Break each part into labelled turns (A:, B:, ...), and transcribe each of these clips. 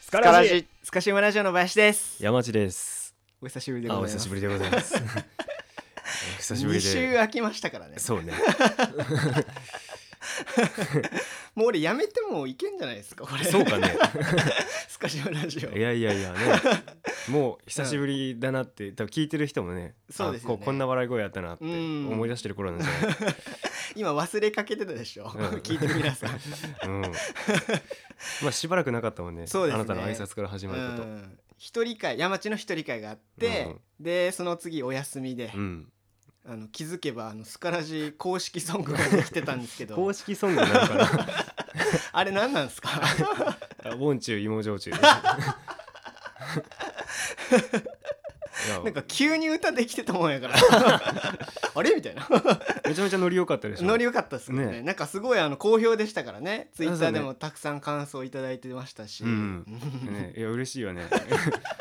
A: スカ
B: からじ
C: スカシウマラジオの林です。
A: 山地です
C: お久しぶりでご
A: あ
C: ざい
A: お
C: ま
A: 久
C: す。
A: しぶりでございます お久しぶり
C: 二週
A: で
C: 空きましたからね。
A: そうね
C: もう俺やめてもいけんじゃないですかこれ。
A: そうか。 ね
C: スカシウマラジオ
A: い。やいやいやねもう久しぶりだなって多分聞いてる人もね
C: そうですよね
A: あこうこんな笑い声やったなって
C: うん
A: 思い出してる頃なんじゃない
C: 今忘れかけてたでしょ。
A: うん
C: 聞いて皆さん。
A: うんまあしばらくなかったもんね
C: そうですね
A: あなたの挨拶から始まるこ
C: うん一人会山地の一人会があって、でその次お休みで
A: と、うん
C: あの気づけばあのスカラジ公式ソングができてたんですけど
A: 公式ソングになるか
C: あれ何なんですか
A: ら「ウォンチュー芋焼酎」いや
C: なんか急に歌できてたも んやからあれみたいな
A: めちゃめちゃノリ良かったでしょ
C: ノリ良かったですね
A: ね
C: なんかすごいあの好評でしたからねツイッタ
A: そ
C: ー
A: うね
C: でもたくさん感想いただいてましたし、
A: うんね、いや嬉しいよね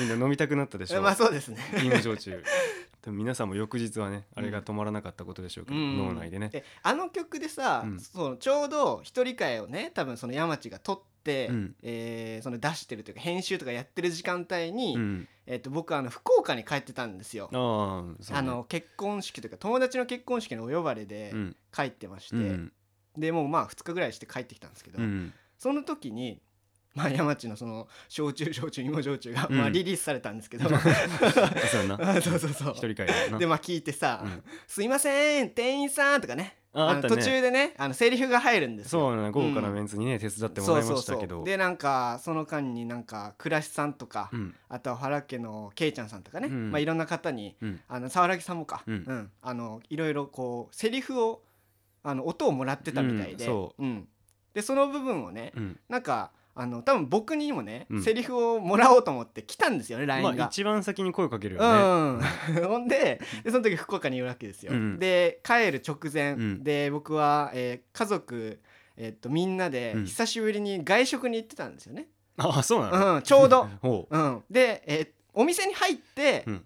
A: みんな飲みたくなったでしょ、
C: まあそうですね
A: 芋焼 酎でも皆さんも翌日はねあれが止まらなかったことでしょうけど、
C: うん
A: 脳内でね
C: えあの曲でさ、
A: うん
C: そのちょうど一人会をね多分その山地が撮って、
A: うん
C: えーその出してるというか編集とかやってる時間帯に、
A: うん
C: えっと僕あの福岡に帰ってたんですよ。
A: ああそうね
C: あの結婚式というか友達の結婚式のお呼ばれで
A: うん
C: 帰ってまして、
A: うん
C: でもうまあ2日ぐらいして帰ってきたんですけど、
A: うん
C: その時に、まあ、山地のその焼酎焼酎芋焼酎が、
A: うん
C: まあ、リリースされたんです けど
A: そうや な
C: あそうそうそう
A: 一人会だな
C: でまあ聞いてさ「
A: うん
C: すいません店員さん」とかね
A: ああ
C: の
A: った
C: 途
A: ね
C: 中でねあのセリフが入るんですよ。
A: そうなの豪華なメンツにね、手伝ってもらいましたけど
C: でなんかその間になんか倉石さんとか、
A: うん
C: あとは原家のけいちゃんさんとかね、
A: うん
C: まあ、いろんな方に
A: うん
C: あの沢良木さんもか、
A: うん
C: あのいろいろこうセリフをあの音をもらってたみたいで、
A: うんそ
C: んでその部分をね、
A: うん
C: なんかあの多分僕にもね、
A: うん
C: セリフをもらおうと思って来たんですよね LINE
A: ま
C: が。
A: あ一番先に声かけるよね、
C: うん、 ほんででその時福岡にいるわけですよ、
A: うん
C: で帰る直前、
A: うん
C: で僕は、えー家族、えっとみんなで
A: うん
C: 久しぶりに外食に行ってたんですよね、
A: ああそうなの、
C: うんちょうど、
A: ほ
C: うん、で、えーお店に入って、
A: うん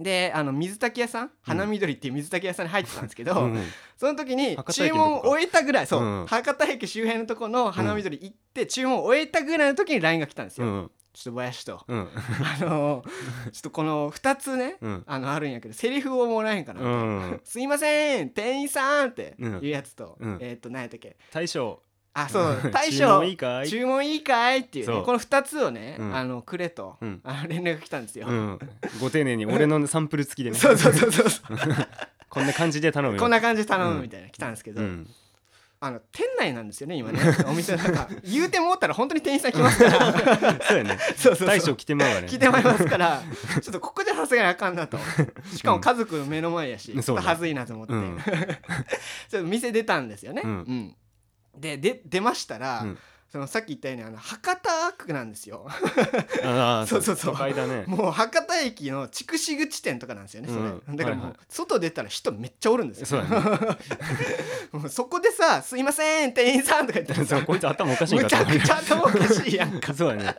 C: であの水炊き屋さん花緑っていう水炊き屋さんに入ってたんですけ
A: う、
C: ど、
A: うん
C: その時に
A: 博多
C: 注
A: 駅のとこ
C: 文を終えたぐらいそう、
A: うん
C: 博多駅周辺のとこの花緑行って、注文を終えたぐらいの時に LINE が来たんです
A: う
C: よ、
A: ん
C: ちょっと林と
A: うん
C: あのーちょっとこの2つね、
A: うん
C: あのあるんやけどセリフをもらえんかな、
A: うん
C: すいません店員さんって
A: うん
C: いうやつと、
A: うん
C: えっ、と何やったっけ
A: 大将
C: あそう大
A: 注
C: 将
A: 文いいかい
C: 注文いいかいっていう,、
A: そ
C: ね、
A: う
C: この2つをね、
A: うん
C: あのくれと、
A: うん
C: あの連絡が来たんですよ、
A: うん、ご丁寧に俺のサンプル付きでね
C: そうそうそうそうそう
A: こんな感じで頼むよ
C: こんな感じで頼む
A: うん
C: みたいな、来たんですけど、
A: うん、
C: あの店内なんですよね今ね お店の中言うてもったら本当に店員さん来ますか ら
A: そうやね
C: そうそうそう
A: 大将来てまうわね
C: 聞いてもらいますからちょっとここじゃさすがにあかんなとしかも家族の目の前やし、
A: うん
C: ちょっとはずいなと思って、
A: うん
C: ちょっと店出たんですよね、
A: うん
C: うんでで出ましたら、
A: うん
C: そのさっき言ったようにあの博多区なんですよ
A: ああ
C: そうそうそう
A: 都会だね
C: もう博多駅の筑紫口店とかなんですよねそれ、
A: うん
C: だから
A: は
C: も
A: いは
C: う
A: い
C: 外出たら人めっちゃおるんですよ
A: そうや
C: もうそこでさ「すいません店員さん」とか言って
A: そ
C: さ
A: うこいつ頭おかしいん
C: む
A: か
C: ちゃくちゃ頭おかしいやん
A: ゃそうやね、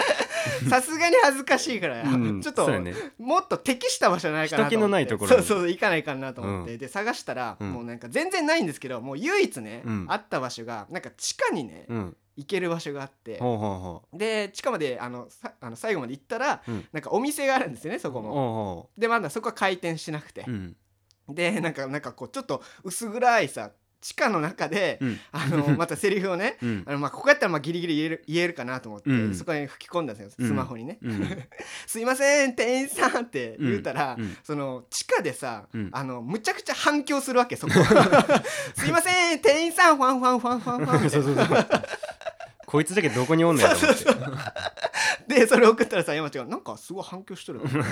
C: さすがに恥ずかしいから、
A: うん、
C: ちょっと
A: そうやね
C: もっと適した場所ないかなと思って
A: 人気のないところ
C: そうそうそう行かないかなと思って、
A: う
C: で探したら、
A: うん
C: もうなんか全然ないんですけどもう唯一ね、
A: うん
C: あった場所がなんか地下にね、
A: うん
C: 行ける場所があって、
A: ほうほうほ
C: で地下まであのさあの最後まで行ったら、
A: うん
C: なんかお店があるんですよねそうこ
A: ほう
C: も。
A: ほ
C: でまだそこは開店してなくて
A: うう、ん
C: でなんかなんかこうちょっと薄暗いさ地下の中で、
A: うん
C: あ のまたセリフをね
A: うん
C: あのまあここやったらまあギリギリ言える言えるかなと思って、
A: うん
C: そこに吹き込んだんです
A: う
C: よ
A: ん
C: スマホにね。
A: うん
C: すいません店員さんって言うたら、
A: うんうん
C: その地下でさ、
A: うん
C: あのむちゃくちゃ反響するわけそ こすいません店員さんファンファンファンファンファンみた
A: そ
C: いう
A: そうそうこいつだけどこにおんのやと 思って
C: なでそれ送ったらさ山ちゃんがなんかすごい反響してる
A: いや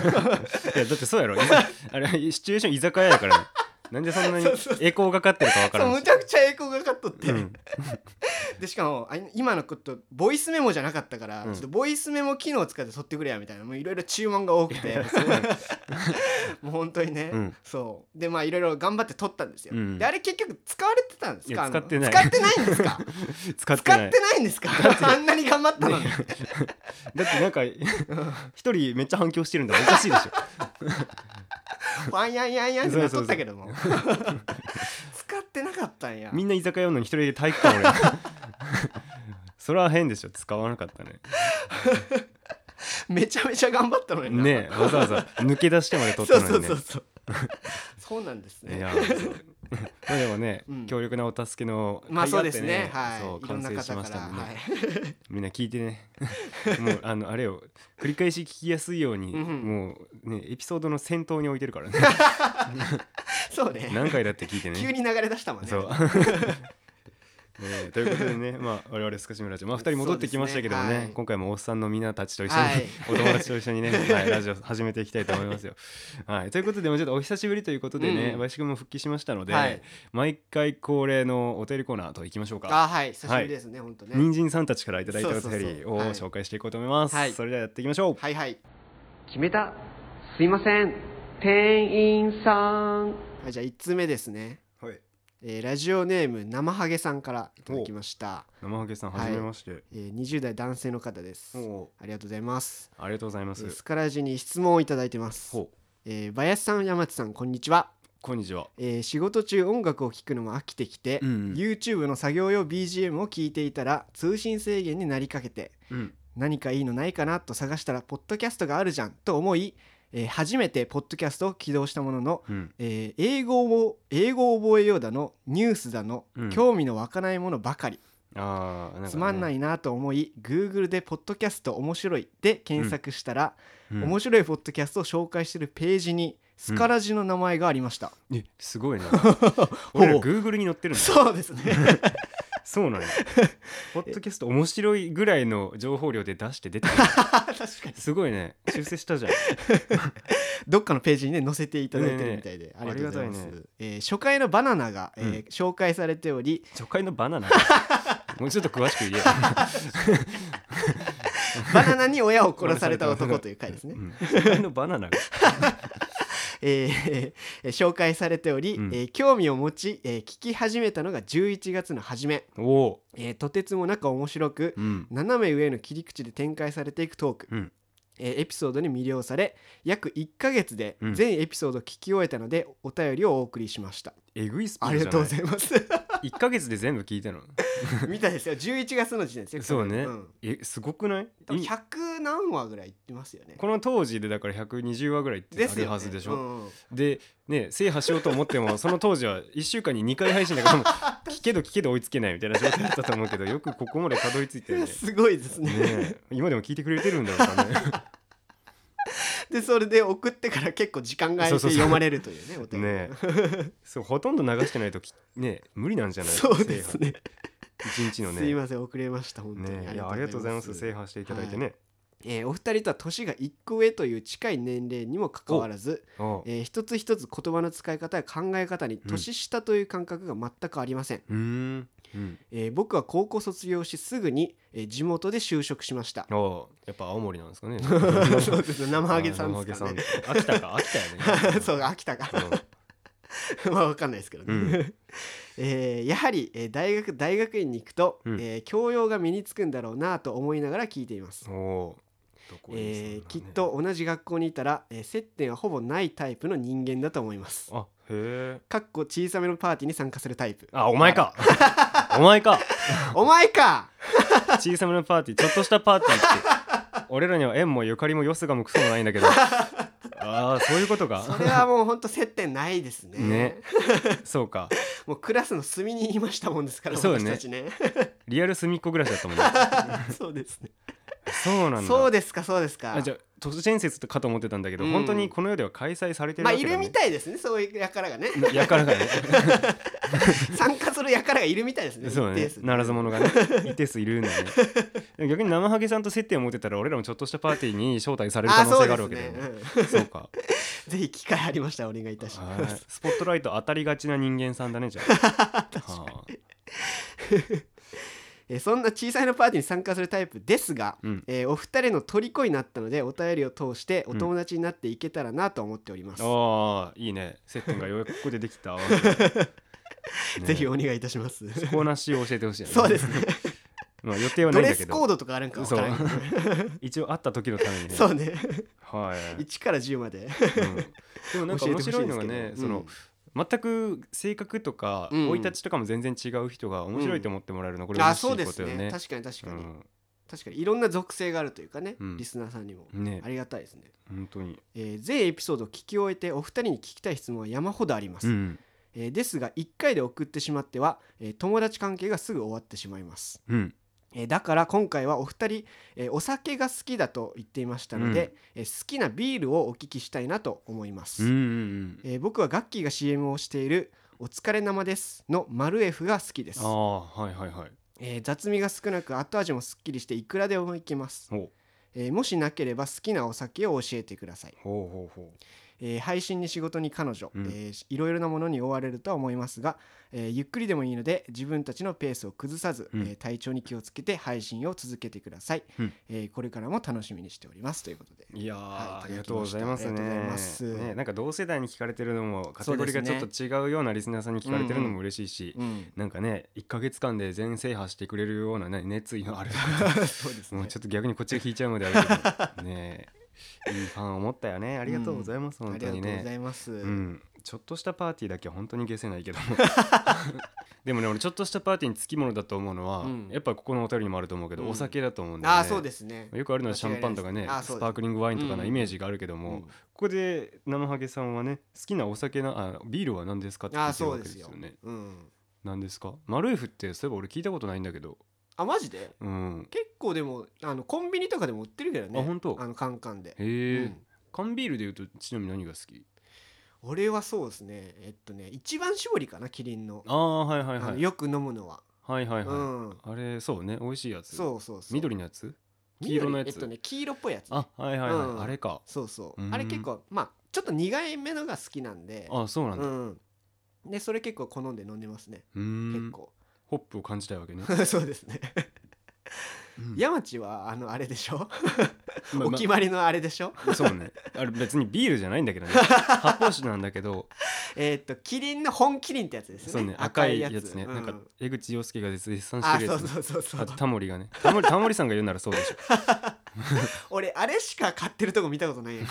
A: だってそうやろ今あれシチュエーション居酒屋やからねなんでそんなに
C: そうそうそ
A: 栄光がかってるかわか
C: そ
A: ら
C: うんむ
A: し
C: ちゃくちゃ栄光がかっとって、
A: うん
C: でしかもあ今のことボイスメモじゃなかったから、
A: うん
C: ちょっとボイスメモ機能を使って撮ってくれやみたいなもういろいろ注文が多く て もう本当にね、
A: うん
C: そうでまあいろいろ頑張って撮ったんですよ、
A: うん
C: であれ結局使われてたんです
A: い
C: か
A: や
C: あ
A: 使
C: の
A: ってない
C: 使ってないんですか
A: 使って
C: 使
A: な
C: っ
A: い
C: てないんですかあんなに頑張ったのに、
A: だってなんか一人めっちゃ反響してるんだおかしいで しょ
C: ワンヤンヤンヤンってなっとったけども使ってなかったんや
A: みんな居酒屋やんのに一人で体育館俺 それは変でしょ使わなかったね
C: めちゃめちゃ頑張ったのにな
A: ねえわざわざ抜け出してまで撮っ
C: そう
A: たの
C: そう
A: にね
C: そうそうそうなんです
A: い
C: ね
A: や まあでもね、
C: うん
A: 強力なお助けの
C: まあ
A: 甲
C: そ
A: 斐
C: う
A: あ
C: で
A: って
C: すね
A: そ
C: は
A: う
C: いいろん
A: 完
C: な
A: 成し
C: 方
A: ま
C: か
A: し
C: ら
A: たんでね
C: はい
A: みんな聞いてね もうあのあれを繰り返し聞きやすいように、
C: うんうん
A: もうねエピソードの先頭に置いてるからね
C: そうね
A: 何回だって聞い てね
C: 急に流れ出したもんね
A: そう ねということでね、まあ、我々スカシムラジオ、まあ、2人戻ってきましたけどもね
C: そうですねはい
A: 今回もおっさんのみんなたちと一緒に、
C: はい
A: お友達と一緒 にね、はい、ラジオ始めていきたいと思いますよ。はい、ということでもうちょっとお久しぶりということでね、
C: うん
A: 林くんも復帰しましたので、
C: はい
A: 毎回恒例のお便りコーナーといきましょうか。
C: あはい久しぶりですね本当ね
A: 人参さんたちからいただいたお
C: そうそうそう
A: 便りを
C: はい
A: 紹介していこうと思います。
C: はい
A: それではやっていきましょう。
C: はいはい
B: 決めたすいません店員さん
C: はいじゃあ1通目ですね
A: はい、
C: えーラジオネーム生ハゲさんからいただきました
A: 生ハゲさん、
C: はい
A: はじめまして。
C: えー20代男性の方です
A: お
C: ありがとうございます
A: ありがとうございま
C: えー
A: す
C: ス。カラジに質問をいただいてます
A: ほう、
C: えー林さん山内さんこんにちは
A: こんにちは。
C: えー仕事中音楽を聴くのも飽きてきて、
A: うんうん
C: YouTube の作業用 BGM を聴いていたら通信制限になりかけて
A: うん、
C: 何かいいのないかなと探したらポッドキャストがあるじゃんと思い、えー初めてポッドキャストを起動したものの、
A: うん、
C: えー英語を英語を覚えようだのニュースだの、
A: うん
C: 興味の湧かないものばかり
A: ああ、なんかね
C: つまんな。いなと思い Google で「ポッドキャスト面白い」で検索したら、
A: うん
C: 面白いポッドキャストを紹介しているページにスカラジの名前がありました、
A: えす ごいな俺ら Google に載ってるんだ
C: そうですね
A: そうなんやポッドキャスト面白いぐらいの情報量で出して 出てる
C: 確かに
A: すごいね修正したじ ゃん
C: どっかのページにね載せていただいてるみたいで、ありがとうございます
A: ありがたい
C: えー初回のバナナが、えー
A: うん
C: 紹介されており
A: 初回のバ ナナもうちょっと詳しく言えよ、
C: バナナに親を 殺された男という回ですね
A: う、ん、初回のバナナが
C: えーえー紹介されており、
A: うん
C: えー興味を持ち、えー聞き始めたのが11月の初め、
A: おお
C: えーとてつもなく面白く、
A: ー、うん、
C: 斜め上の切り口で展開されていくトーク、
A: うん
C: えーエピソードに魅了され約1ヶ月で
A: うん
C: 全エピソードを聞き終えたのでお便りをお送りしました、
A: えぐいスピ
C: あ
A: ード
C: り
A: じ
C: がとうござ
A: ゃない
C: います
A: 1ヶ月で全部聞いたの
C: 見たですよ11月の時点ですよ
A: そうね、
C: ん
A: えすごくない
C: 多分100何話ぐらい言ってますよね。
A: この当時でだから120話ぐらいってあるはずでしょ
C: うんうん
A: でね制覇しようと思って もその当時は1週間に2回配信だからもう聞けど聞けど追いつけないみたいな状態だったと思うけどよくここまでたどり着い たよね
C: すごいですね。
A: ねえ今でも聞いてくれてるんだろう かね
C: でそれで送ってから結構時間が空い
A: そうそう
C: て
A: そう
C: 読まれるというねお便り
A: ねえそうほとんど流してないときねえ無理なんじゃない
C: そうです
A: 制
C: ね。
A: 覇一日のね
C: すいません遅れました本当に、
A: ねえいやありがとうございます制覇していただいてね、
C: えーお二人とは年が一個上という近い年齢にもかかわらず、
A: ああ
C: えー一つ一つ言葉の使い方や考え方に年下という感覚が全くありません、
A: うーんうん
C: えー僕は高校卒業しすぐに、えー地元で就職しました
A: ああやっぱ青森なんですかね
C: そうですね生ハゲさんですからね
A: あ生ハゲさん秋田か秋田やね
C: そう秋田か
A: うん
C: まあわかんないですけどね、
A: う
C: えーやはり、えー大学大学院に行くと、
A: うん
C: えー教養が身につくんだろうなと思いながら聞いています、
A: おーどこに住んだ
C: え
A: んだろうね
C: ーきっと同じ学校にいたら、えー接点はほぼないタイプの人間だと思います
A: あへえ
C: かっこ小さめのパーティーに参加するタイプ
A: あお前 かお前か
C: お前か
A: 小さめのパーティーちょっとしたパーティーって俺らには縁もゆかりもよすがもクソもないん だけどああそういうことか
C: それはもうほんと接点ないですね
A: ねそうか
C: もうクラスの隅にいましたもんですから
A: そうね
C: 私たちね
A: リアル隅っこ暮らしだったもんね
C: そうですね
A: そうなんだ
C: そうですかそうですか
A: あじゃあ都市伝説かと思ってたんだけど、
C: うん
A: 本当にこの世では開催されてる
C: まあ
A: わ
C: い
A: けだ、ね、
C: るみたいですねそういう 輩がね
A: いやからが ね
C: 参加する輩がいるみたいですね
A: そう
C: 一定
A: ね
C: 数
A: ならず者がね一定数いるんだねでも逆に生ハゲさんと接点を持ってたら俺らもちょっとしたパーティーに招待される可能性があるわけだよね
C: あそうです
A: そうか
C: うんぜひ機会ありましたらお願いいたし
A: は
C: ま
A: い
C: す。
A: スポットライト当たりがちな人間さんだねじゃあ はあ
C: えーそんな小さいのパーティーに参加するタイプですが、
A: うん
C: えーお二人の虜になったのでお便りを通してお友達になっていけたらなと思っております。
A: ああいいね接点がようやくここででき たわけ、ね
C: ぜひお願いいたします。
A: コーナーしを教えてほしい、ね、
C: そうですね。
A: まあ予定はな
C: ド
A: いん
C: レ
A: だけ
C: ス
A: ど
C: コードとかあるんかわからんけどね
A: そう一応会った時のためにね
C: そうね。
A: はい、
C: 1から10まで。
A: うんでもなんか面白いのがね
C: 教えてほしいんですけど
A: その、
C: うん
A: 全く性格とか
C: うん
A: 生い立ちとかも全然違う人が面白いと思ってもらえるのこれ
C: あ
A: 嬉しい
C: そうで
A: こ
C: す
A: とよ
C: ね
A: ね。
C: 確かに確かに、
A: うん
C: 確かにいろんな属性があるというかね、
A: うん
C: リスナーさんにも、
A: ね
C: ありがたいですね、
A: 本当に。
C: えー全エピソードを聞き終えてお二人に聞きたい質問は山ほどあります、
A: うん
C: えーですが1回で送ってしまっては、えー友達関係がすぐ終わってしまいます、
A: うん
C: えーだから今回はお二人、えーお酒が好きだと言っていましたので、えー好きなビールをお聞きしたいなと思いま
A: う
C: す、
A: んうんうん。
C: えー僕はガッキーが CM をしている「お疲れ生です」の「マルエフ」が好きです
A: あ、あはいはいはい。
C: えー雑味が少なく後味もすっきりしていくらでもいけます、
A: ほう
C: えーもしなければ好きなお酒を教えてください、
A: ほうほうほう。
C: えー配信に仕事に彼女、
A: うん
C: えーいろいろなものに追われるとは思いますが、えーゆっくりでもいいので自分たちのペースを崩さず、
A: うん
C: えー体調に気をつけて配信を続けてください、
A: うん
C: えーこれからも楽しみにしておりますということで
A: いやー、
C: はい
A: ありがとうございます
C: ありがとうござい
A: ね
C: ます
A: ね。なんか同世代に聞かれてるのもカテゴリーが
C: そ
A: ち
C: う
A: ょっ
C: ですね
A: と違うようなリスナーさんに聞かれてるのも嬉しいし、
C: うん
A: なんかね1か月間で全制覇してくれるような、ね、熱意 のある
C: そうです
A: もう
C: ね
A: ちょっと逆にこっちが引いちゃうまである けどねいいファンを持ったよねありがとうございます、
C: あ
A: 本
C: り
A: 当
C: がと
A: に
C: うござ
A: ね
C: います、
A: うん、ちょっとしたパーティーだけは本当に消せないけ どもでもね俺ちょっとしたパーティーにつきものだと思うのは、
C: うん
A: やっぱここのお便りにもあると思うけど、
C: うん
A: お酒だと思うんだよね
C: ああそうですね
A: よくあるのはシャンパンとかね
C: 間違いないですあそうです
A: スパークリングワインとかの
C: うん
A: イメージがあるけども、
C: うん
A: ここで生ハゲさんはね好きなお酒なあビールは何ですかって聞
C: あ
A: い
C: あ
A: てる
C: そ
A: わ
C: う
A: けで
C: で
A: す
C: すよ
A: よね。
C: うん、
A: 何ですかマルエフってそういえば俺聞いたことないんだけど
C: あマジで
A: うん
C: 結構でもあのコンビニとかでも売ってるけどね
A: あ本当
C: あのカンカンで、
A: へえ、
C: うん
A: 缶ビールでいうとちなみに何が好き
C: 俺はそうですねえっとね一番搾りかなキリンの,、
A: ああはいはいは
C: あの
A: い
C: よく飲むのは、
A: はいはいはい、
C: うん
A: あれそうね美味しいやつ
C: そうそうそう
A: 緑のやつ黄色のやつ
C: 緑えっとね黄色っぽいやつ、
A: あはいはいはい、
C: うん
A: あれか
C: そうそう
A: うん
C: あれ結構まあちょっと苦いめのが好きなんで
A: あそうなんだ
C: う
A: うん
C: でそれ結構好んで飲んでますね
A: ーん
C: 結構
A: ホップを感じたいわけね、
C: そうですね
A: うん
C: 山地はあのあれでしょ
A: まあまあ
C: お決まりのあれでしょ
A: そうねあれ別にビールじゃないんだけど ね発泡酒なんだけど
C: えーっとキリンの本キリンってやつですね
A: そうね赤いやつね、
C: うん
A: なんか江口洋介が絶賛し
C: あ
A: てる
C: そ
A: やつ
C: う
A: ね
C: そうそうそ
A: あ
C: う
A: とタモリがねタモリタモリさんが言うならそうで しょ
C: 俺あれしか買ってるとこ見たことないやん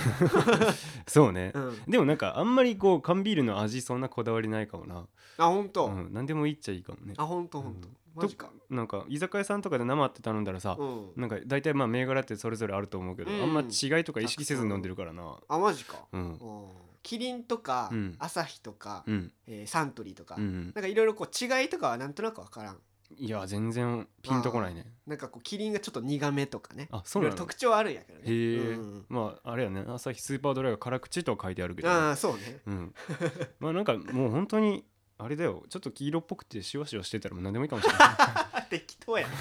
A: そうね、
C: うん
A: でもなんかあんまりこう缶ビールの味そんなこだわりないかもな、
C: あ本当、
A: うん、何でもいいっちゃいいかもね
C: あ本当本当、
A: うん
C: マジか
A: なんか居酒屋さんとかで生って頼んだらさ、
C: うん
A: なんか大体まあ銘柄ってそれぞれあると思うけど、
C: うん
A: あんま違いとか意識せず飲んでるからな
C: あマジか、
A: うん
C: うんキリンとか、
A: うん
C: アサヒとか、
A: うん
C: えーサントリーとか、
A: うんうん
C: なんかいろいろこう違いとかはなんとなくわからん
A: いや全然ピンとこないね
C: なんかこうキリンがちょっと苦めとかね
A: あそうなの
C: いろいろ特徴はあるんやけどね
A: へえ、
C: うん
A: まああれやね朝日スーパードライが辛口とは書いてあるけどね、
C: ああそうね
A: うん、まあなんかもう本当にあれだよちょっと黄色っぽくてシワシワしてたらもう何でもいいかもしれ な
C: あ適当
A: い、
C: や
A: うん、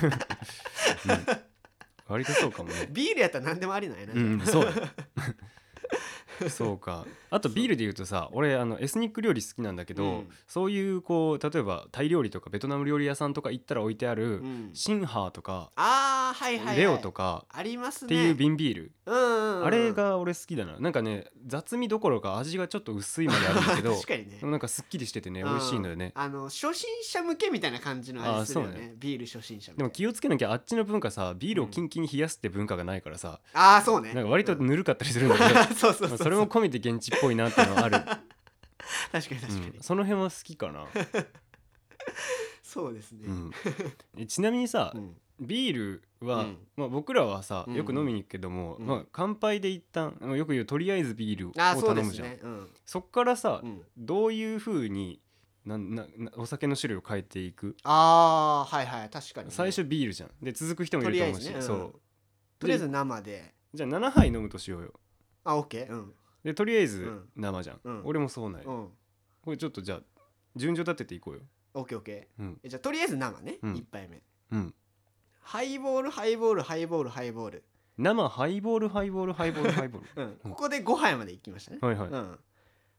A: 割とそうかも ね
C: ビールやったら何でもありなんやな、
A: うんそうだよ そうかあとビールで言うとさ俺あのエスニック料理好きなんだけど、
C: うん
A: そういうこう例えばタイ料理とかベトナム料理屋さんとか行ったら置いてある、
C: うん
A: シンハーとか、
C: ああはいはい、はい、
A: レオとか
C: ありますね
A: っていう瓶ビール、
C: うんうんうん
A: あれが俺好きだななんかね雑味どころか味がちょっと薄いまであるんだけど
C: 確かにね
A: でもなんかすっきりしててね美
C: うん
A: 味しいのよね
C: あの初心者向けみたいな感じのあれするよ
A: あー
C: ね
A: そう
C: ビール初心者み
A: で
C: たいな
A: も気をつけなきゃあっちの文化さビールをキンキンに冷やすって文化がないからさ、
C: ああそうね
A: なんか割と
C: うん
A: ぬるかったりするんだけど、
C: そうそうそ
A: ま
C: う
A: あ
C: そう
A: それも込めて現地っぽいなっていうの はある、
C: 確かに確かに、
A: うんその辺は好きか な、
C: そうですね、
A: うんえちなみにさ、
C: うん
A: ビールは、
C: うん
A: まあ、僕らはさ
C: うん
A: よく飲みに行くけども、
C: うん
A: まあ、乾杯で一旦よく言うとりあえずビールを
C: あーそ
A: 頼
C: うで
A: む
C: す
A: じゃんそ,、
C: ねうん
A: っからさ、
C: うん
A: どういうふうになんななお酒の種類を変えていく
C: ああはいはい確かにね、
A: 最初ビールじゃんで続く人もい
C: と
A: る
C: り
A: と
C: あえ
A: 思うし、
C: ずね、うん
A: そう
C: とりあえず生で
A: じゃあ7杯飲むとしようよ
C: あオッケーうん
A: でとりあえず
C: うん
A: 生じゃん、
C: うん
A: 俺もそうない、
C: うん
A: これちょっとじゃあ順序立てていこうよ
C: オッケーオッケー、
A: うん
C: えじゃあとりあえず生ね、
A: うん
C: 一杯目
A: うん
C: ハイボールハイボールハイボールハイボール、
A: 生ハイボールハイボールハイボールハイ ボー
C: うん、ここで5杯までいきましたね、
A: ルはいはい、
C: うん、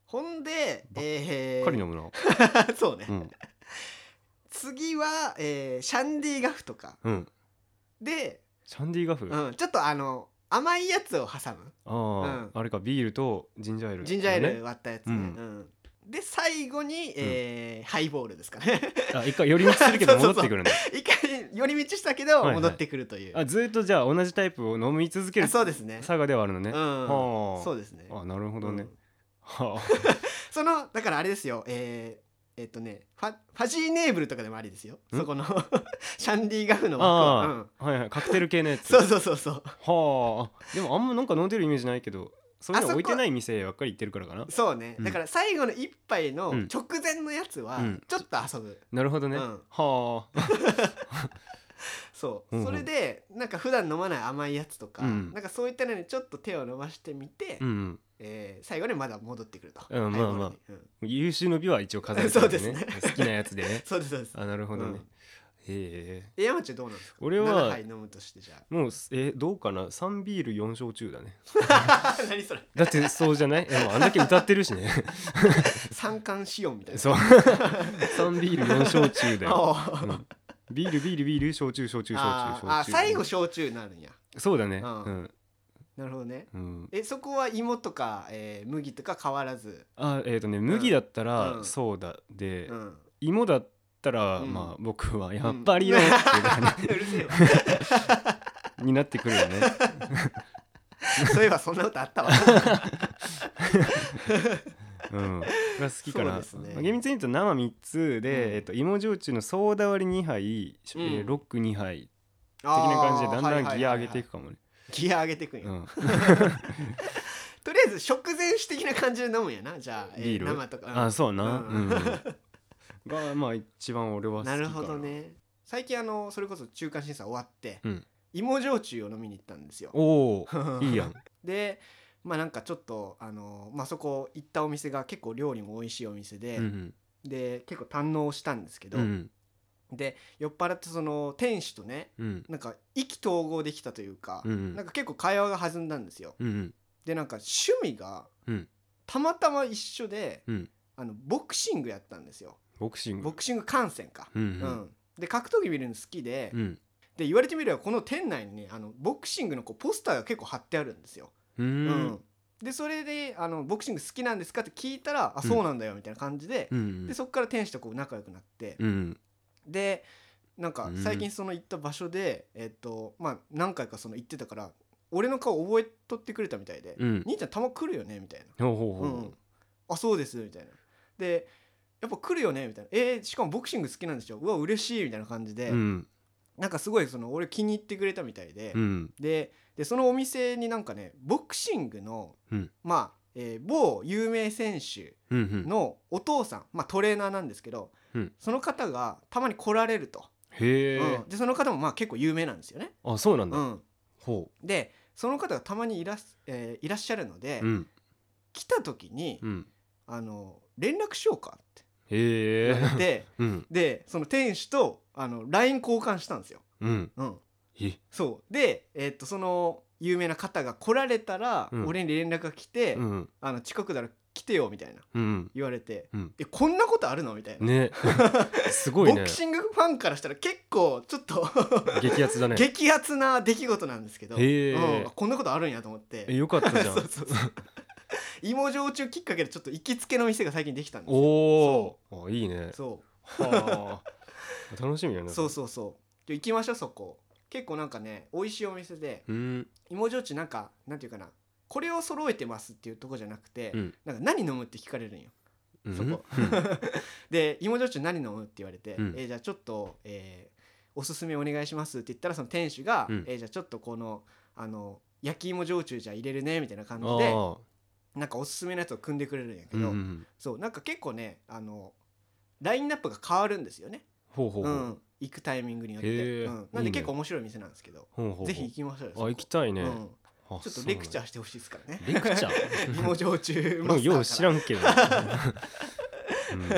C: ほんで
A: ばっ
C: えー、
A: 彼飲むな、
C: そうね、
A: うん
C: 次は、えーシャンディガフとか
A: うん
C: で、
A: シャンディガフ、
C: うん、ちょっとあの甘いやつを挟む
A: ああ、あれかビールとジンジャーエール、
C: ジンジャーエール
A: ね、
C: 割ったやつね、
A: うん
C: うんで最後に、えーハイボールですかね
A: あ一回寄り道するけど
C: そうそ
A: 戻
C: うそう
A: ってくるんだ
C: 一回寄り道したけ
A: はい
C: ど
A: はい
C: 戻ってくるという、
A: あずっとじゃあ同じタイプを飲み続け
C: あ
A: る
C: そうですね
A: 佐賀ではあるのね、
C: うん
A: はあ
C: そうですね
A: あなるほどね、
C: うん
A: は
C: そのだからあれですよえーえっとね、ファファジーネーブルとかでもありですよ
A: ん
C: そこの シャンディガフの枠は、う
A: あ
C: ん、
A: あ、はいはいカクテル系のやつ
C: そうそうそうそう
A: はあでもあんまなんか飲んでるイメージないけどそういう
C: あ
A: の
C: そこ
A: 置いてない店ばっかり行ってるからかな
C: そうね、
A: うん
C: だから最後の一杯の
A: うん
C: 直前のやつは
A: うん
C: ちょっと遊ぶ、
A: なるほどね、
C: うん
A: はあ
C: そう、
A: うんうん
C: それでなんか普段飲まない甘いやつとか、
A: うん
C: なんかそういったのにちょっと手を伸ばしてみて、
A: うん
C: えー最後にまだ戻ってくると、
A: うん
C: ハイボール
A: まあまあ
C: にうん
A: 優秀の美は一応飾れてるん
C: そうで
A: 好きなやつで ね
C: そうですそうです
A: あなるほどね、
C: うん
A: へえ
C: え山ちゃんどうなんですか
A: 俺は
C: 7杯飲むとしてじゃ
A: もうえどうかな3ビール4焼酎だね
C: あ 何それ
A: だってそうじゃないいやもうあんだけ歌ってるし ね
C: 三冠四音みたいな
A: そう3ビール4焼酎だよ、
C: あ
A: う
C: ー
A: んビールビールビール焼酎焼酎焼
C: あ
A: 酎
C: ーあ
A: 焼
C: ー
A: 酎
C: 最後焼酎になるんや
A: そうだねう
C: うん
A: ん、
C: なるほどね
A: うん、
C: えそこは芋とか、えー麦とか変わらず、
A: あえっ、とね麦だった
C: う
A: ら
C: ん
A: ソーダで、
C: うん、
A: 芋だったら、
C: うん
A: まあ僕はやっぱりよ、
C: うん
A: っていう感
C: うるせえわ
A: じになってくるよね
C: そういえばそんな歌あったわ
A: うんが好きか
C: そう
A: な、
C: ですね
A: まあ厳密に言うと生3つで、
C: うん
A: えっと芋焼酎のソーダ割り2杯、
C: うん
A: えーロック2杯
C: 的
A: 的な感じでだんだんギア上げていくかもね、
C: ギア上げていくんや、
A: うん
C: とりあえず食前酒的な感じで飲むんやなじゃあ、え
A: ビール
C: 生とか、うん
A: あそうな、
C: うん
A: うんがまあ一番俺は好きか
C: な
A: な
C: るほどね最近あのそれこそ中間審査終わって、
A: うん
C: 芋焼酎を飲みに行ったんですよ
A: おおいい やん
C: でまあなんかちょっとあの、まあ、そこ行ったお店が結構料理も美味しいお店で、
A: うん
C: で結構堪能したんですけど、
A: うん
C: で酔っ払ってその店主とね
A: うん
C: なんか意気投合できたというか、
A: うんうん
C: なんか結構会話が弾んだんですよ
A: うん
C: でなんか趣味が
A: うん
C: たまたま一緒で、
A: うん
C: あのボクシングやったんですよ
A: ボクシング
C: ボクシング観戦か、
A: うん
C: うん
A: うん
C: で格闘技見るの好きで、
A: うん
C: で言われてみればこの店内にねあのボクシングのこうポスターが結構貼ってあるんですよ。
A: う
C: うんんでそれであの「ボクシング好きなんですか?」って聞いたら「あ
A: うん
C: そうなんだよ」みたいな感じで,、
A: うん
C: でそこから店主とこう仲良くなって、
A: うん
C: でなんか
A: うん
C: 最近その行った場所で、えっとまあ、何回かその行ってたから俺の顔覚えとってくれたみたいで「
A: うん
C: 兄ちゃんたま来るよね」みたいな。
A: ほうほうほ
C: う、
A: うん
C: あそうですみたいなでやっぱ来るよねみたいなえーしかもボクシング好きなんでしょうわ嬉しいみたいな感じで、
A: うん
C: なんかすごいその俺気に入ってくれたみたいで、
A: うん
C: ででそのお店になんかねボクシングの、
A: うん
C: まあ、えー某有名選手
A: うんうん
C: のお父さん、まあ、トレーナーなんですけど、
A: うん
C: その方がたまに来られると、
A: へえ
C: うんでその方もまあ結構有名なんですよね。
A: あそうなん
C: う
A: だ
C: ん、
A: ほ
C: でその方がたまにいらす、えーいらっしゃるので、
A: ううん
C: 来た時に、
A: うん
C: あの連絡しようかって
A: へ
C: 言われ
A: え
C: て、
A: うん
C: でその店主とあの LINE 交換したんですよ。
A: うん
C: うん、
A: え
C: そうで、えーっとその有名な方が来られたら、
A: うん
C: 俺に連絡が来て、
A: うん
C: あの近くだら来てよみたいな
A: うん
C: 言われて、
A: うん
C: えこんなことあるのみたいな、
A: ねすごい
C: ボ
A: ね
C: クシングファンからしたら結構ちょっと
A: 激アツ だね
C: 激アツな出来事なんですけど、
A: へー
C: うんこんなことあるんやと思って
A: えよかったじゃん
C: そうそうそう芋焼酎きっかけでちょっと行きつけの店が最近できたんですよ
A: おおあいいね
C: そう
A: はあ 楽しみやね
C: そうそうそうで行きましょうそこ結構なんかね美味しいお店で
A: うん
C: 芋焼酎なんかなんていうかなこれを揃えてますっていうとこじゃなくて、
A: うん
C: なんか何飲むって聞かれるんよ
A: うん
C: そこ
A: うん
C: で芋焼酎何飲むって言われて、
A: うん
C: えーじゃあちょっと、えーおすすめお願いしますって言ったらその店主が、
A: うん
C: えーじゃあちょっとこのあの焼き芋焼酎じゃ入れるねみたいな感じで
A: ああ
C: なんかおすすめのやつを組んでくれるんや
A: う
C: け
A: ん
C: ど、
A: うん
C: そうなんか結構ねあのラインナップが変わるんですよね、
A: ほうほう
C: う、
A: ほうん
C: 行くタイミングによ
A: へ
C: って、
A: ー
C: うん、なん
A: いいね
C: で結構面白い店なんですけど
A: ほうほうほう
C: ぜひ行きましょうよ
A: あ行きたいね
C: うん、
A: あ
C: ちょっとレクチャ
A: ー
C: ーしてほしいですからね
A: レクチャ
C: 芋
A: ー
C: 焼酎
A: 俺もよう知ら
C: ん
A: んけどうんい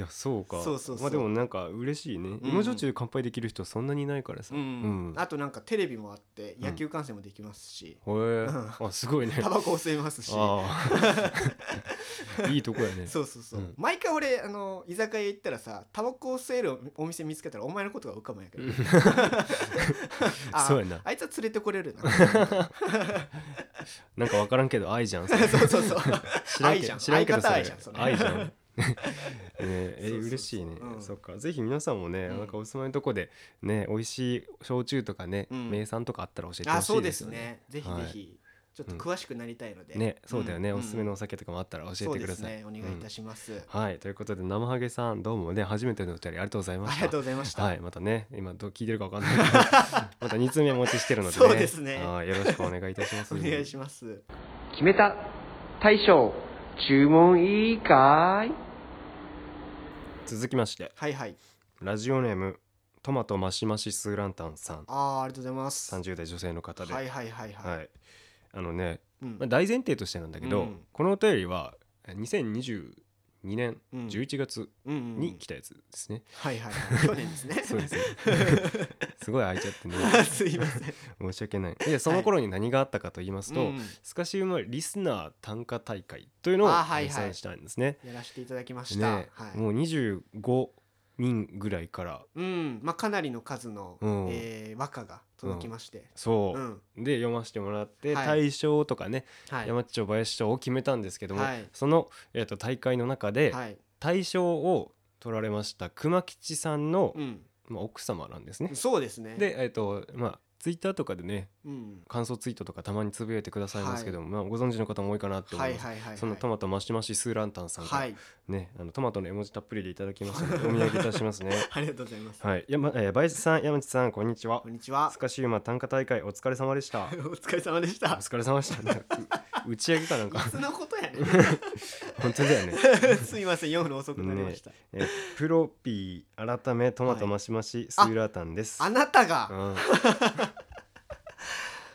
A: やそうか
C: そうそうそう
A: まあでもなんか嬉しいね
C: ん
A: 芋焼酎で乾杯できる人そんなにいないからさ
C: う
A: うん
C: ん、あとなんかテレビもあって
A: うん
C: 野球観戦もできますし、
A: へえ
C: う
A: あすごいね
C: タバコを吸えますしそ
A: ああいいとこやね
C: うそうそう、
A: うん
C: 毎回俺あの居酒屋行ったらさタバコを吸えるお店見つけたらお前のことが浮かぶんやけど、
A: うん
C: あ
A: そうやな
C: あいつは連れてこれる
A: な
C: な
A: んか分からんけど愛じゃんそれ
C: そうそうそう
A: 知らん
C: 愛
A: け
C: じゃ
A: ど
C: ん
A: 知らんけどそれ
C: 相方愛じゃんそれ
A: 愛じ ゃんねえ
C: そうそうそう
A: 嬉しいね
C: うん
A: そっかぜひ皆さんもね
C: うん
A: なんかお住まいのとこでね美味しい焼酎とかね
C: うん
A: 名産とかあったら教えて
C: あ
A: ほし
C: そ
A: いう
C: で
A: ですすよね
C: ねぜひぜひ、ちょっと詳しくなりたいので、
A: ねそうだよね、
C: ん
A: おすすめのお酒とかもあったら教えてください、
C: そうですねお願いいたします、
A: はいということで生ハゲさんどうもね初めてのお便りありがとうございま
C: あ
A: し
C: り
A: た
C: がとうございました、
A: はい、またね、今どう聞いてるかわ かんないけど、また2通目お持ちしてるので、ね、
C: そうですね
A: はいよろしくお願いいたします。
C: お願いします
B: 決めた大将注文いいかい
A: 続きまして、
C: はいはい
A: ラジオネームトマトマシマシスーランタンさん、
C: あーありがとうございます
A: 30代女性の方で、
C: はいはいはいはい、
A: はいあのね、
C: うん
A: まあ、大前提としてなんだけど、
C: うん
A: このお便りは2022年
C: うん
A: 11月
C: うんうんうん
A: に来たやつですね。
C: は いはいはい去年ですね
A: そうですねすごい空いちゃってね、
C: すいません
A: 申し訳ない。で、その頃に何があったかと言いますと。
C: うん
A: スカシウマリスナー単価大会というのを
C: あはいは
A: 開
C: い
A: 催したんですね。
C: やらせていただきました、
A: ね、
C: はい
A: もう25人ぐらいから
C: うんまあ、かなりの数の、
A: うん
C: えー和歌が届きまして、う
A: そ
C: ん
A: う、で読ませてもらって、
C: はい
A: 大賞とかね、
C: はい、
A: 山地町林賞を決めたんですけども、
C: はい
A: その、えー、と大会の中で
C: はい
A: 大賞を取られました熊吉さんの、
C: うん、
A: まあ、奥様なんですね。
C: そうですね、
A: で、えーとまあ、ツイッターとかでね
C: うん、
A: 感想ツイートとかたまにつぶやいてくださいますけども、まあ、ご存知の方も多いかなって思
C: はいい
A: ます。
C: はいはいはい
A: そのトマトマシマシスーランタンさんが
C: はい
A: ね、あのトマトの絵文字たっぷりでいただきましたのでお 土産いたしますね。
C: ありがとうございます、
A: はい、やま、えー、林さん、山地さん、こんにちは
C: こん。にちは
A: スカシウマ短歌大会、お疲れ様でし た
C: お。疲れ様でし
A: お
C: た
A: 疲れ様でした。なんかう打ち上げかなん
C: い
A: か、
C: つのことやね
A: 本当だよね。
C: すいません読むの遅くなりました、
A: えープロピー改めトマトマシマシスーラータンです。
C: あなたが、
A: う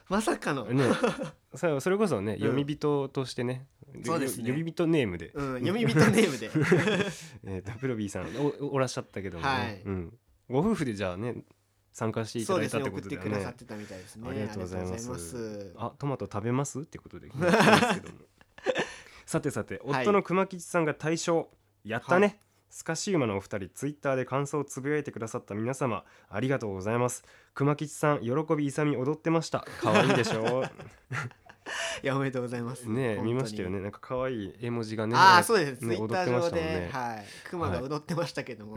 C: まさかの、
A: ん、ね、さそれこそね、読み人としてね、
C: そうですね
A: よ読み人ネームで、
C: うん、読み人ネームで
A: えーとプロビーさんおお らっしゃったけども、ね
C: はい
A: うん、ご夫婦でじゃあね参加していた
C: そう
A: だ
C: で
A: い
C: す
A: たって
C: ね
A: こ
C: 送っ
A: と
C: て
A: だよ
C: く
A: ね
C: ださってたみたいですね
A: ありがとうございます。
C: ありがとうございます
A: あトマト食べますってことで聞いてますけども さてさて、
C: はい
A: 夫の熊吉さんが大賞やったね、
C: は
A: スカシウマのお二人ツイッターで感想をつぶやいてくださった皆様ありがとうございます熊吉さん喜び勇み踊ってました可愛いで しょ
C: いやおめでとうございます
A: ねえ
C: 本当に
A: 見ましたよねなんか可愛い絵文字がね
C: ああそうです、
A: ね
C: ツイッター上
A: 踊っ
C: で、
A: てました
C: はい熊が踊ってましたけども、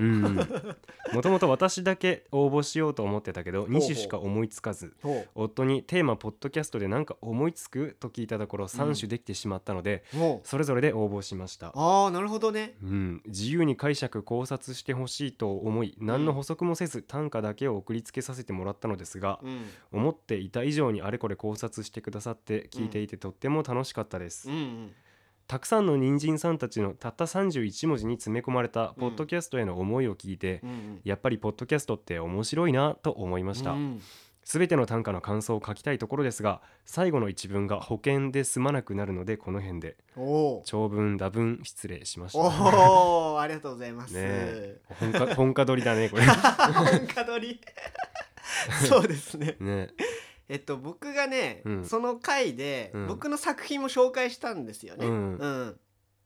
A: もともと私だけ応募しようと思ってたけど2種しか思いつかず
C: ほ
A: 夫にテーマ「ポッドキャストで何か思いつく?」と聞いたところ3種できてしまったので、
C: うほう
A: それぞれで応募しました、
C: ああなるほどね
A: うん、自由に解釈考察してほしいと思い何の補足もせず短歌だけを送りつけさせてもらったのですが、
C: うん
A: 思っていた以上にあれこれ考察してくださって聞いていてとっても楽しかったです、
C: うんうん
A: たくさんの人参さんたちのたった31文字に詰め込まれたポッドキャストへの思いを聞いて、
C: うんうん
A: やっぱりポッドキャストって面白いなと思いました、
C: うん
A: すべての短歌の感想を書きたいところですが最後の一文が保険で済まなくなるのでこの辺で
C: おお
A: 長文打文失礼しました
C: おおありがとうございます、
A: ねえ本家本家取りだね これ
C: 本家取りそうですね
A: ね
C: えっと僕がね、
A: うん
C: その回で、
A: うん
C: 僕の作品も紹介したんですよね、
A: うん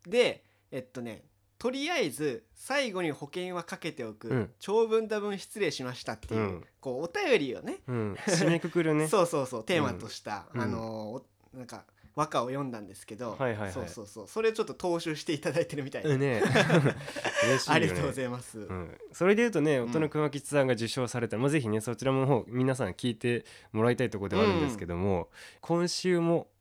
C: でえっとねとりあえず最後に保険はかけておく、
A: うん
C: 長文多分失礼しましたっていう、
A: うん
C: こうお便りをね
A: うん締めくくるね
C: そうそうそうテーマとした、
A: うん
C: あのーおなんか和歌を読んだんですけど、
A: はいはいはい
C: そうそうそうそれちょっと踏襲していただいてるみたいな、
A: うん ね嬉しいよね
C: ありがとうございます、
A: うん、それでいうとね
C: ん
A: 夫の熊吉さんが受賞された、まあ、ぜひねそちらの方皆さん聞いてもらいたいところではあるんですけども、今週も「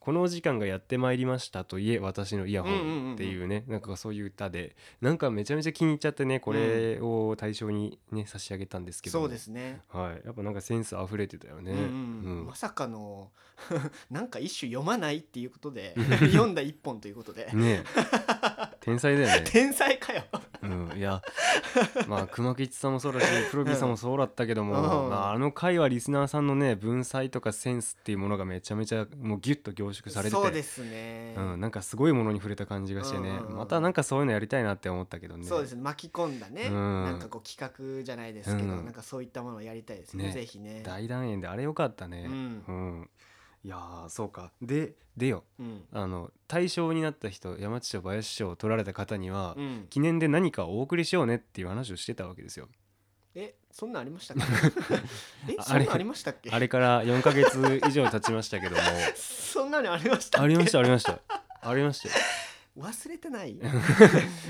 A: このお時間がやってまいりました」といえ私のイヤホ
C: うんうんうんうん
A: ンっていうね、なんかそういう歌でなんかめちゃめちゃ気に入っちゃってねこれを対象にね差し上げたんですけども
C: そうですね
A: はい、やっぱなんかセンス溢れてたよね。
C: うんうん
A: うん
C: まさかの なんか一首読まないっていうことで読んだ一本ということで
A: ねえ天才だよね、
C: 天才かよ
A: うん、いやまあ熊吉さんもそうだ しプロビーさんもそうだったけども、
C: うん
A: まあ、あの回はリスナーさんのね文才とかセンスっていうものがめちゃめちゃもうギュッと凝縮されて
C: そうで
A: て、
C: すね、
A: うん、なんかすごいものに触れた感じがしてね、
C: うんうんうん
A: またなんかそういうのやりたいなって思ったけどね。
C: そうですね巻き込んだね、
A: うん
C: なんかこう企画じゃないですけど、
A: うん
C: なんかそういったものをやりたいですね
A: ね
C: ぜひね
A: 大団円であれよかったね。
C: うん
A: うんいやーそうかででよ
C: うん
A: あの対象になった人山地賞林賞を取られた方には、
C: うん
A: 記念で何かお送りしようねっていう話をしてたわけですよ。
C: えそんなんあり ましたっけえ
A: あ
C: そんなんありましたっけ
A: あれから4ヶ月以上経ちましたけども
C: そんなのありましたっけ
A: ありましたありましたありましたよ
C: 忘れてな い
A: いや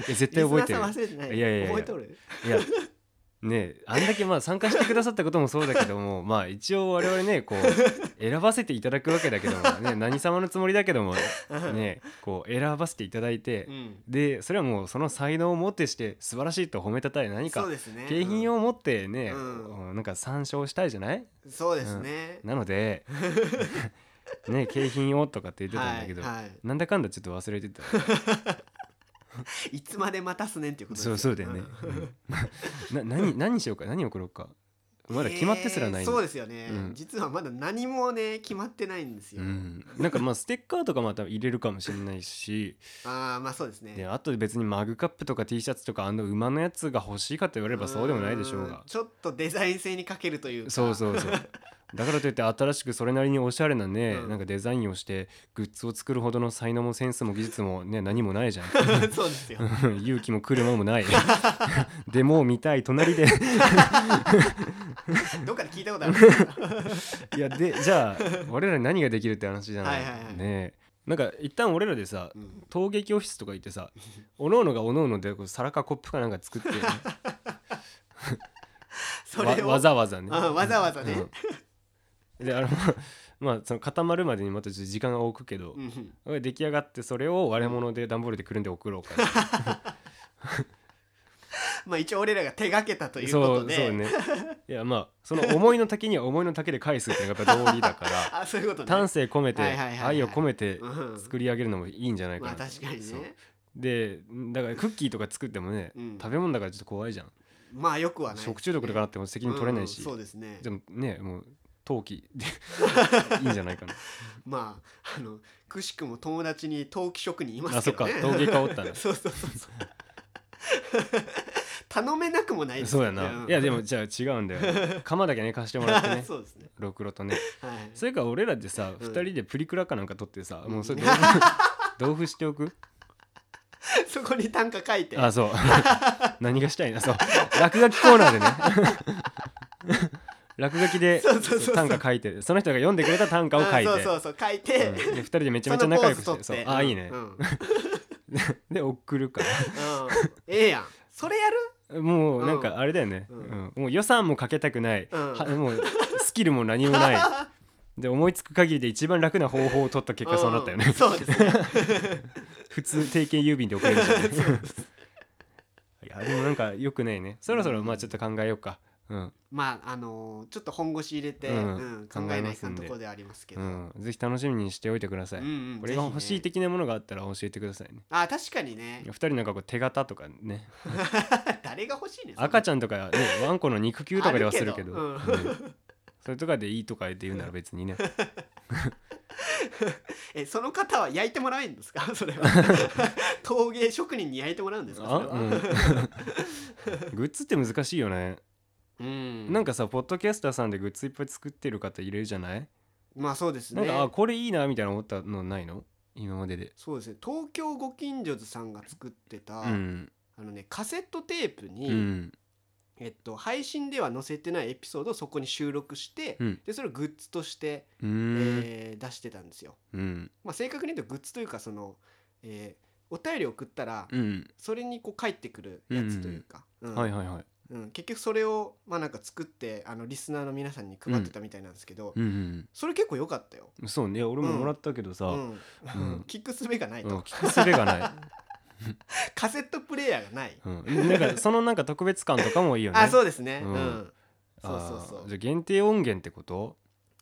A: 絶対覚えてる
C: リスナーさん忘れてない
A: いやいやいや
C: 覚えとる
A: いやねあんだけまあ参加してくださったこともそうだけど もまあ一応我々ねこう選ばせていただくわけだけどもね何様のつもりだけどもねこう選ばせていただいて
C: う、ん
A: でそれはもうその才能をもってして素晴らしいと褒めたたえ何
C: そ
A: か
C: うですね
A: 景品を持ってね、
C: うん
A: うんなんか参照したいじゃない
C: うんそうですね、
A: なの でね景品をとかって言ってたんだけど、
C: はいはい
A: なんだかんだちょっと忘れて た
C: いつまで待たすねんっていうことです
A: そうそうだよね、 うんな 何何しようか何送ろうかまだ決まってすらない
C: えー
A: の
C: そうですよね、
A: うん
C: 実はまだ何もね決まってないんですよ、
A: うん、なんかまあステッカーとかまた入れるかもしれない し
C: ああまあそうですね
A: であと別にマグカップとか T シャツとかあの馬のやつが欲しいかと言われればそうでもないでしょうが
C: んちょっとデザイン性に欠けるというか
A: そうそうそうだからといって新しくそれなりにおしゃれなね、
C: うん
A: なんかデザインをしてグッズを作るほどの才能もセンスも技術もね何も ないじゃん
C: そうですよ
A: うん勇気も車もない でもう見たい隣 で
C: どっかで聞いたことある
A: いやでじゃあ我らに何ができるって話じゃない,、
C: はいはいはい
A: ねえなんか一旦俺らでさ
C: うん
A: 陶芸教室とか行ってさおのおのがおのおのでこう皿かコップかなんか作って、
C: そ
A: わ
C: れを
A: わざわざね
C: うんわざわざね
A: うんであのまあまあその固まるまでにまたちょっと時間が置くけど
C: う、ん
A: 出来上がってそれを割れ物で段ボールでくるんで送ろうかな
C: まあ一応俺らが手がけ たというこ
A: そ
C: と
A: う
C: で
A: そうねいやまあその思いの丈には思いの丈で返すっていうのがやっぱ道理だから
C: あそういうことね
A: 丹精込めて
C: はいはいはいはい
A: 愛を込めて
C: うん
A: 作り上げるのもいいんじゃないか
C: ま
A: な
C: あ確かに
A: そう
C: ね
A: でだからクッキーとか作ってもね、
C: うん
A: 食べ物だからちょっと怖いじゃん
C: まあよくはない
A: 食中毒とかなっても責任取れないし、
C: うんそうですね
A: でもねもう 陶器でいいんじゃないかな
C: まああのくしくも友達に陶器職人いま
A: あそ
C: すけ
A: っか
C: どね
A: 陶芸家おったな
C: そうそうそうそう頼めなくもないです
A: そう
C: け
A: や
C: どね
A: なんいやでもじゃあ違うんだ よ釜だけね貸してもらってね
C: そうですね
A: ろくろとね
C: はい
A: それか俺らでさ
C: うん
A: 二人でプリクラかなんか撮ってさもうそれ
C: うん
A: 同封同封しておく
C: そこに単価書いて
A: あそう何がしたいなそう落書きコーナーで ね落書きで
C: そうそうそうそう
A: 短歌書いてその人が読んでくれた短歌を書いて
C: うんそうそうそう書いて、
A: うんで二人でめちゃめちゃ仲良くしてそうあいいね
C: うんうん
A: で送るから
C: ええやんそれやる
A: もうなん
C: うん
A: かあれだよね、
C: う
A: うんんもう予算もかけたくない、
C: うん
A: はもうスキルも何もないで思いつく限りで一番楽な方法を取った結果そうなったよね、
C: んそうですね
A: 普通定型郵便で送れるじゃん いやでもなんかよくないねそろそろまあちょっと考えようかうん、
C: まああのーちょっと本腰入れて、う
A: うん
C: ん考えない
A: 考えます
C: かん
A: ん
C: と
A: で
C: こではありますけ
A: う
C: ど、
A: ん、ぜひ楽しみにしておいてください、
C: うんうん
A: これが欲し
C: ぜ
A: い
C: ひね
A: 的なものがあったら教えてくださいね
C: あ確かにね
A: 二人なんかこう手形とかね
C: 誰が欲しいね
A: 赤
C: ち
A: ちゃんとかねワンコの肉球とかではするけど
C: ある
A: うんそれとかでいいとか言って言うなら別 にね
C: えその方は焼いてもらえるんですか それは 陶芸職人に焼いてもらうんですか
A: あ
C: それ
A: う
C: は
A: ん、 グッズって難しいよね、
C: うん
A: なんかさポッドキャスターさんでグッズいっぱい作ってる方いるじゃない
C: まあそうです
A: なん
C: ね
A: か、あこれいいなみたいな思ったのないの今までで
C: そうですね東京ご近所図さんが作ってた、
A: うん
C: あのねカセットテープ
A: う
C: に、
A: ん
C: えっと、配信では載せてないエピソードをそこに収録して、
A: うん
C: でそれをグッズとして、
A: うーん
C: えー出してたんですよ。
A: うん
C: まあ、正確に言うとグッズというかその、えーお便り送ったら、
A: うん
C: それにこう返ってくるやつというか、うん
A: はいはいはい
C: うん結局それを、まあ、なんか作ってあのリスナーの皆さんに配ってたみたいなんですけど、
A: うん、
C: それ結構良かったよ。
A: うん、そうね俺ももらったけどさ、
C: う
A: うん
C: ん
A: うん
C: キックすべがないと、
A: 聞くすべが ない、
C: カセットプレイヤーがない、
A: うん、なんかそのなんか特別感とかもいいよね
C: あそうですねう、
A: うんん
C: そうそうそ
A: あーじゃ
C: う
A: あ限定音源ってこと、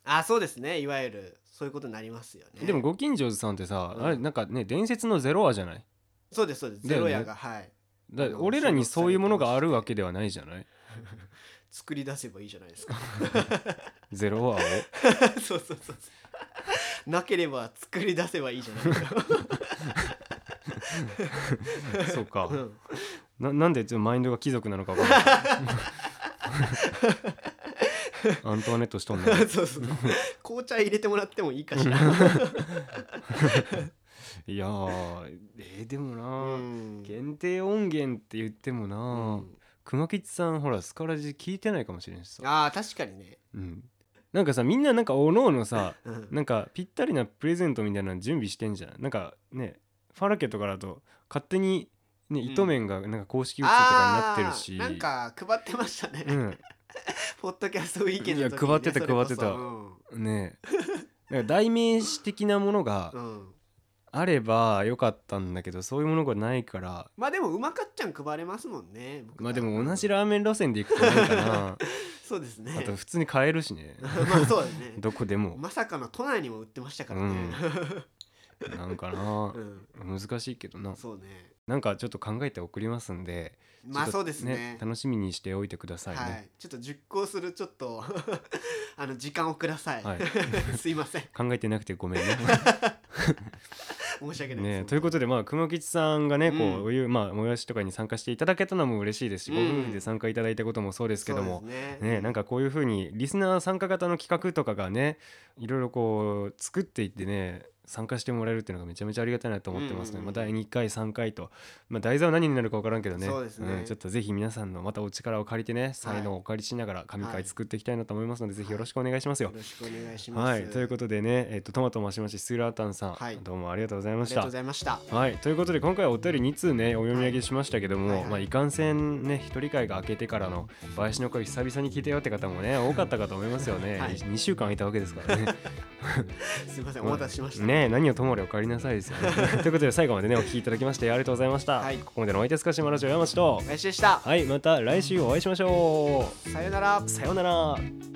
C: あそうですねいわゆるそういうことになりますよね
A: でもご近所さんってさ、
C: うん
A: あれなんかね伝説のゼロ話じゃない
C: そうですそうです
A: だ
C: ゼ
A: よ
C: ロ
A: ね
C: 夜がはい
A: だから俺らにそういうものがあるわけではないじゃない
C: 作り出せばいいじゃな いですか
A: ゼロ話を
C: そうそうそうそうなければ作り出せばいいじゃないですか、
A: そうか
C: う。ん、
A: ななんでちょっとマインドが貴族なのか分からない。 アントワネットしとんの。
C: そうそう紅茶入れてもらってもいいかしら、
A: いやー、えーでもな
C: う
A: ー、
C: ん
A: 限定音源って言ってもなー、熊吉さんほらスカラジ聞いてないかもしれんしさ。
C: あー確かにね、
A: うん。なんかさみんななんかおのおのさ、
C: うん
A: なんかぴったりなプレゼントみたいなの準備してんじゃん。なんかね、ファラケとかだと勝手にね、
C: ん
A: 糸面がなんか公式グッズとか
C: あ
A: になってる
C: ー
A: し
C: なんか配ってましたね、ポッドキャストウィーケンドの時に
A: い
C: ね
A: や配ってた
C: それこそ
A: 配ってた
C: うん
A: うん、ねえなんか代名詞的なものが
C: うん
A: あればよかったんだけどそういうものがないから
C: まあでもうまかっちゃん配れますもんね僕
A: まあでも同じラーメン路線で行くとないかな
C: そうですね
A: あと普通に買えるしね
C: まあそうだね
A: どこでも
C: まさかの都内にも売ってましたからね、
A: なんかな
C: うん
A: 難しいけどな
C: そうね
A: なんかちょっと考えて送りますんで
C: まあ
A: ちょっと
C: そうですね
A: 楽しみにしておいてください
C: は
A: ね
C: い、ちょっと熟考するちょっと あの時間をください、
A: はい
C: すいません
A: 考えてなくてごめ んね
C: 申し訳ないです、
A: ねということでまあ熊吉さんがねこう
C: うん
A: お湯まあ催しとかに参加していただけたのも嬉しいですし
C: うん
A: ご夫婦で参加いただいたこともそうですけども
C: そうですね
A: ね、なんかこういうふうにリスナー参加型の企画とかがねいろいろこう作っていってね参加してもらえるっていうのがめちゃめちゃありがたいなと思ってますね、
C: うんうんうん
A: まあ、第2回3回と、まあ、題材は何になるか分からんけどね
C: そうですね
A: んちょっとぜひ皆さんのまたお力を借りてね才能をお借りしながら神
C: は
A: 回
C: い
A: 作っていきたいなと思いますので、ぜひよろしくお願いしますよ
C: よ。ろしくお願いします、
A: はい、ということでね、えっとトマトマシマシスーラータンさん、
C: はい
A: どうもありがとうございま
C: あ
A: し
C: りがと
A: た
C: うご。ざいました
A: はい、ということで今回はお便り2通ねお読み上げしましたけども、
C: はい
A: い
C: はい
A: まあ、いかんせんね一人会が明けてからの林の声久々に聞いたよって方もね多かったかと思いますよね、
C: はい
A: 2週間空いたわけです からね
C: すいませんお待たせしました、
A: ね何をともあれお帰りなさいですよ ねということで最後までねお聞きいただきましてありがとうございました、
C: はい
A: ここまでのお相手すかしまラジオ山地と
C: 林でした
A: はいまた来週お会いしましょ
C: さよなら
A: うさようなら